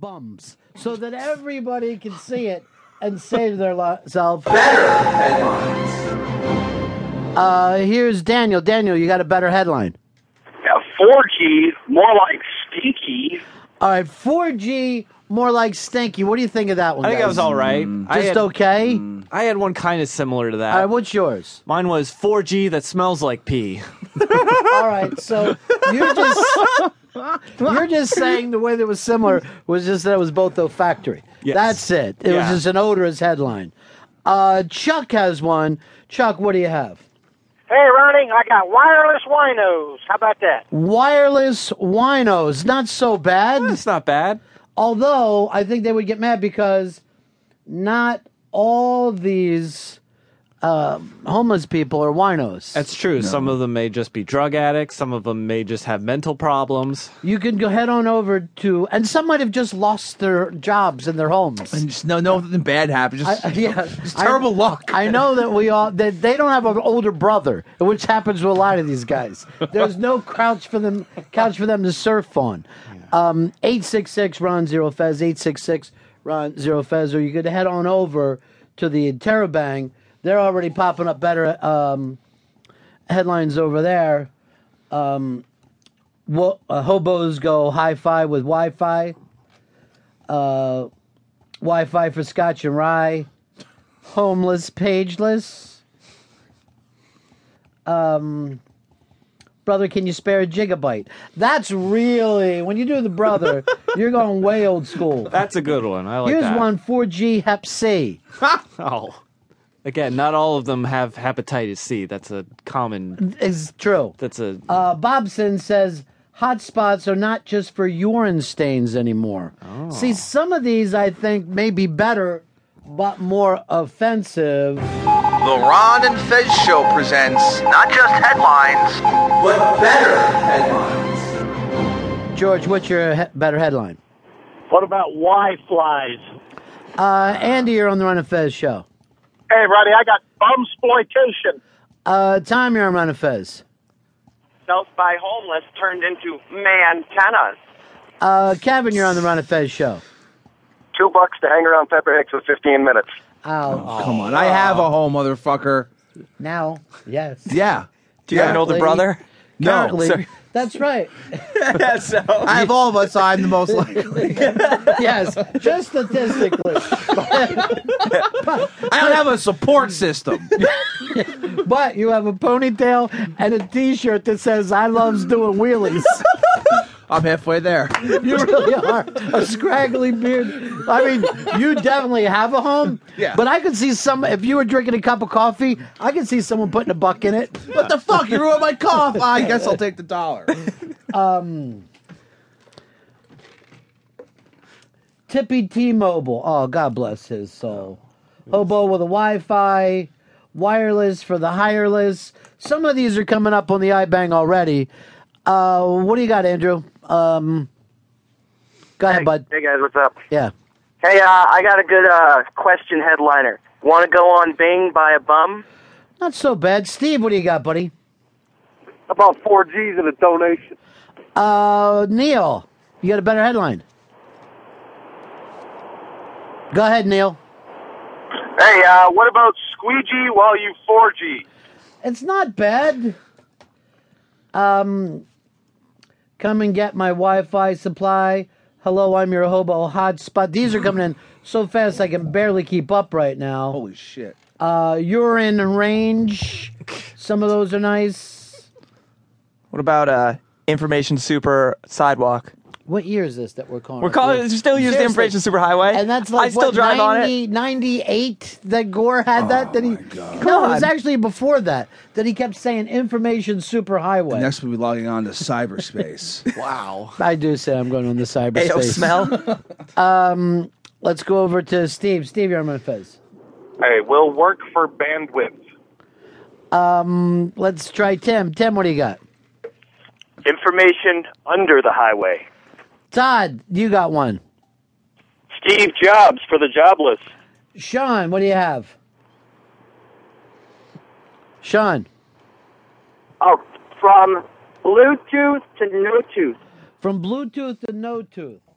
bums so that everybody can see it and save their li- self. Uh, here's Daniel. Daniel, you got a better headline. Now, 4G, more like stinky. All right, 4G, more like stinky. What do you think of that one? I think guys? that was all right. I Mm. Just had, Mm. okay. I had one kind of similar to that. All right, what's yours? Mine was 4G that smells like pee. All right, so you're just you're just saying the way that was similar was just that it was both olfactory. Yes. That's it. It Yeah. was just an odorous headline. Uh, Chuck has one. Chuck, what do you have? Hey, Ronnie, I got wireless winos. How about that? Wireless winos, not so bad. That's not bad. Although I think they would get mad because not all these uh, homeless people are winos. That's true. Some of them may just be drug addicts. Some of them may just have mental problems. you can go head on over to, and some might have just lost their jobs and their homes. And just no, no, nothing bad happened. Just, I- yeah, just terrible I, luck. I know that we all that they don't have an older brother, which happens with a lot of these guys. There's no couch for them, couch for them to surf on. Um, eight six six Ron Zero Fez eight six six Ron Zero Fez, or you could head on over to the Interrobang. They're already popping up better um, headlines over there. Um, wo- uh, hobos go hi-fi with Wi-Fi. Uh, Wi-Fi for Scotch and Rye homeless, pageless. Um, brother, can you spare a gigabyte? That's really when you do the brother, you're going way old school. That's a good one. I like Here's that. one 4G Hep C. Oh. Again, not all of them have hepatitis C. That's a common. It's true. That's a. Uh, Bobson says hotspots are not just for urine stains anymore. Oh. See, some of these I think may be better, but more offensive. The Ron and Fez Show presents not just headlines, but better headlines. George, what's your he- better headline? What about Y flies? Uh, Andy, you're on the Run of Fez show. Hey, Ronnie, I got bum exploitation. Uh, time you're on Run of Fez. Built by homeless turned into man tennis. Uh, Kevin, you're on the Ron and Fez show. Two bucks to hang around Pepper Hicks for 15 minutes. Ow. Come on, I have a home, motherfucker. Oh, Now, yes. Yeah. do you have an yeah, older lady. brother? Apparently, sorry. that's right. I have all of us. So I'm the most likely. Yes, just statistically. I don't have a support system. but you have a ponytail and a T-shirt that says "I loves doing wheelies." I'm halfway there. you really are a scraggly beard. I mean, you definitely have a home. Yeah. But I could see some. If you were drinking a cup of coffee, I could see someone putting a buck in it. What the fuck? You ruined my cough. I guess I'll take the dollar. Tippy T Mobile. Oh, God bless his soul. Hobo with a Wi Fi, wireless for the hireless. Some of these are coming up on the iBang already. Uh, what do you got, Andrew? Um, go ahead, bud. Hey guys, what's up? Yeah. Hey, uh, I got a good uh, question headliner. Want to go on Bing by a bum? Not so bad. Steve, what do you got, buddy? About four G's and a donation. Uh, Neil, you got a better headline. Go ahead, Neil. Hey, uh, what about squeegee while you 4G? It's not bad. Um, come and get my Wi-Fi supply. Hello, I'm your hobo hotspot. These are coming in so fast I can barely keep up right now. Holy shit. Oh. Uh, you're in range. Some of those are nice. What about uh, information super sidewalk? What year is this that we're calling? We're calling. We still use the Seriously. information superhighway. And that's like I still what, drive 90, on it. 98 that Gore had that. That he no, it was actually before that that he kept saying information superhighway. Next, we'll be logging on to cyberspace. Wow. I do say I'm going on the cyberspace. Ayo, smell. Let's go over to Steve. Steve, you're on my fez. Hey, will work for bandwidth. Um, Let's try Tim. Tim, what do you got? Information under the highway. Todd, you got one. Steve Jobs for the jobless. Sean, what do you have? Sean, Oh, from Bluetooth to no tooth. from Bluetooth to no tooth.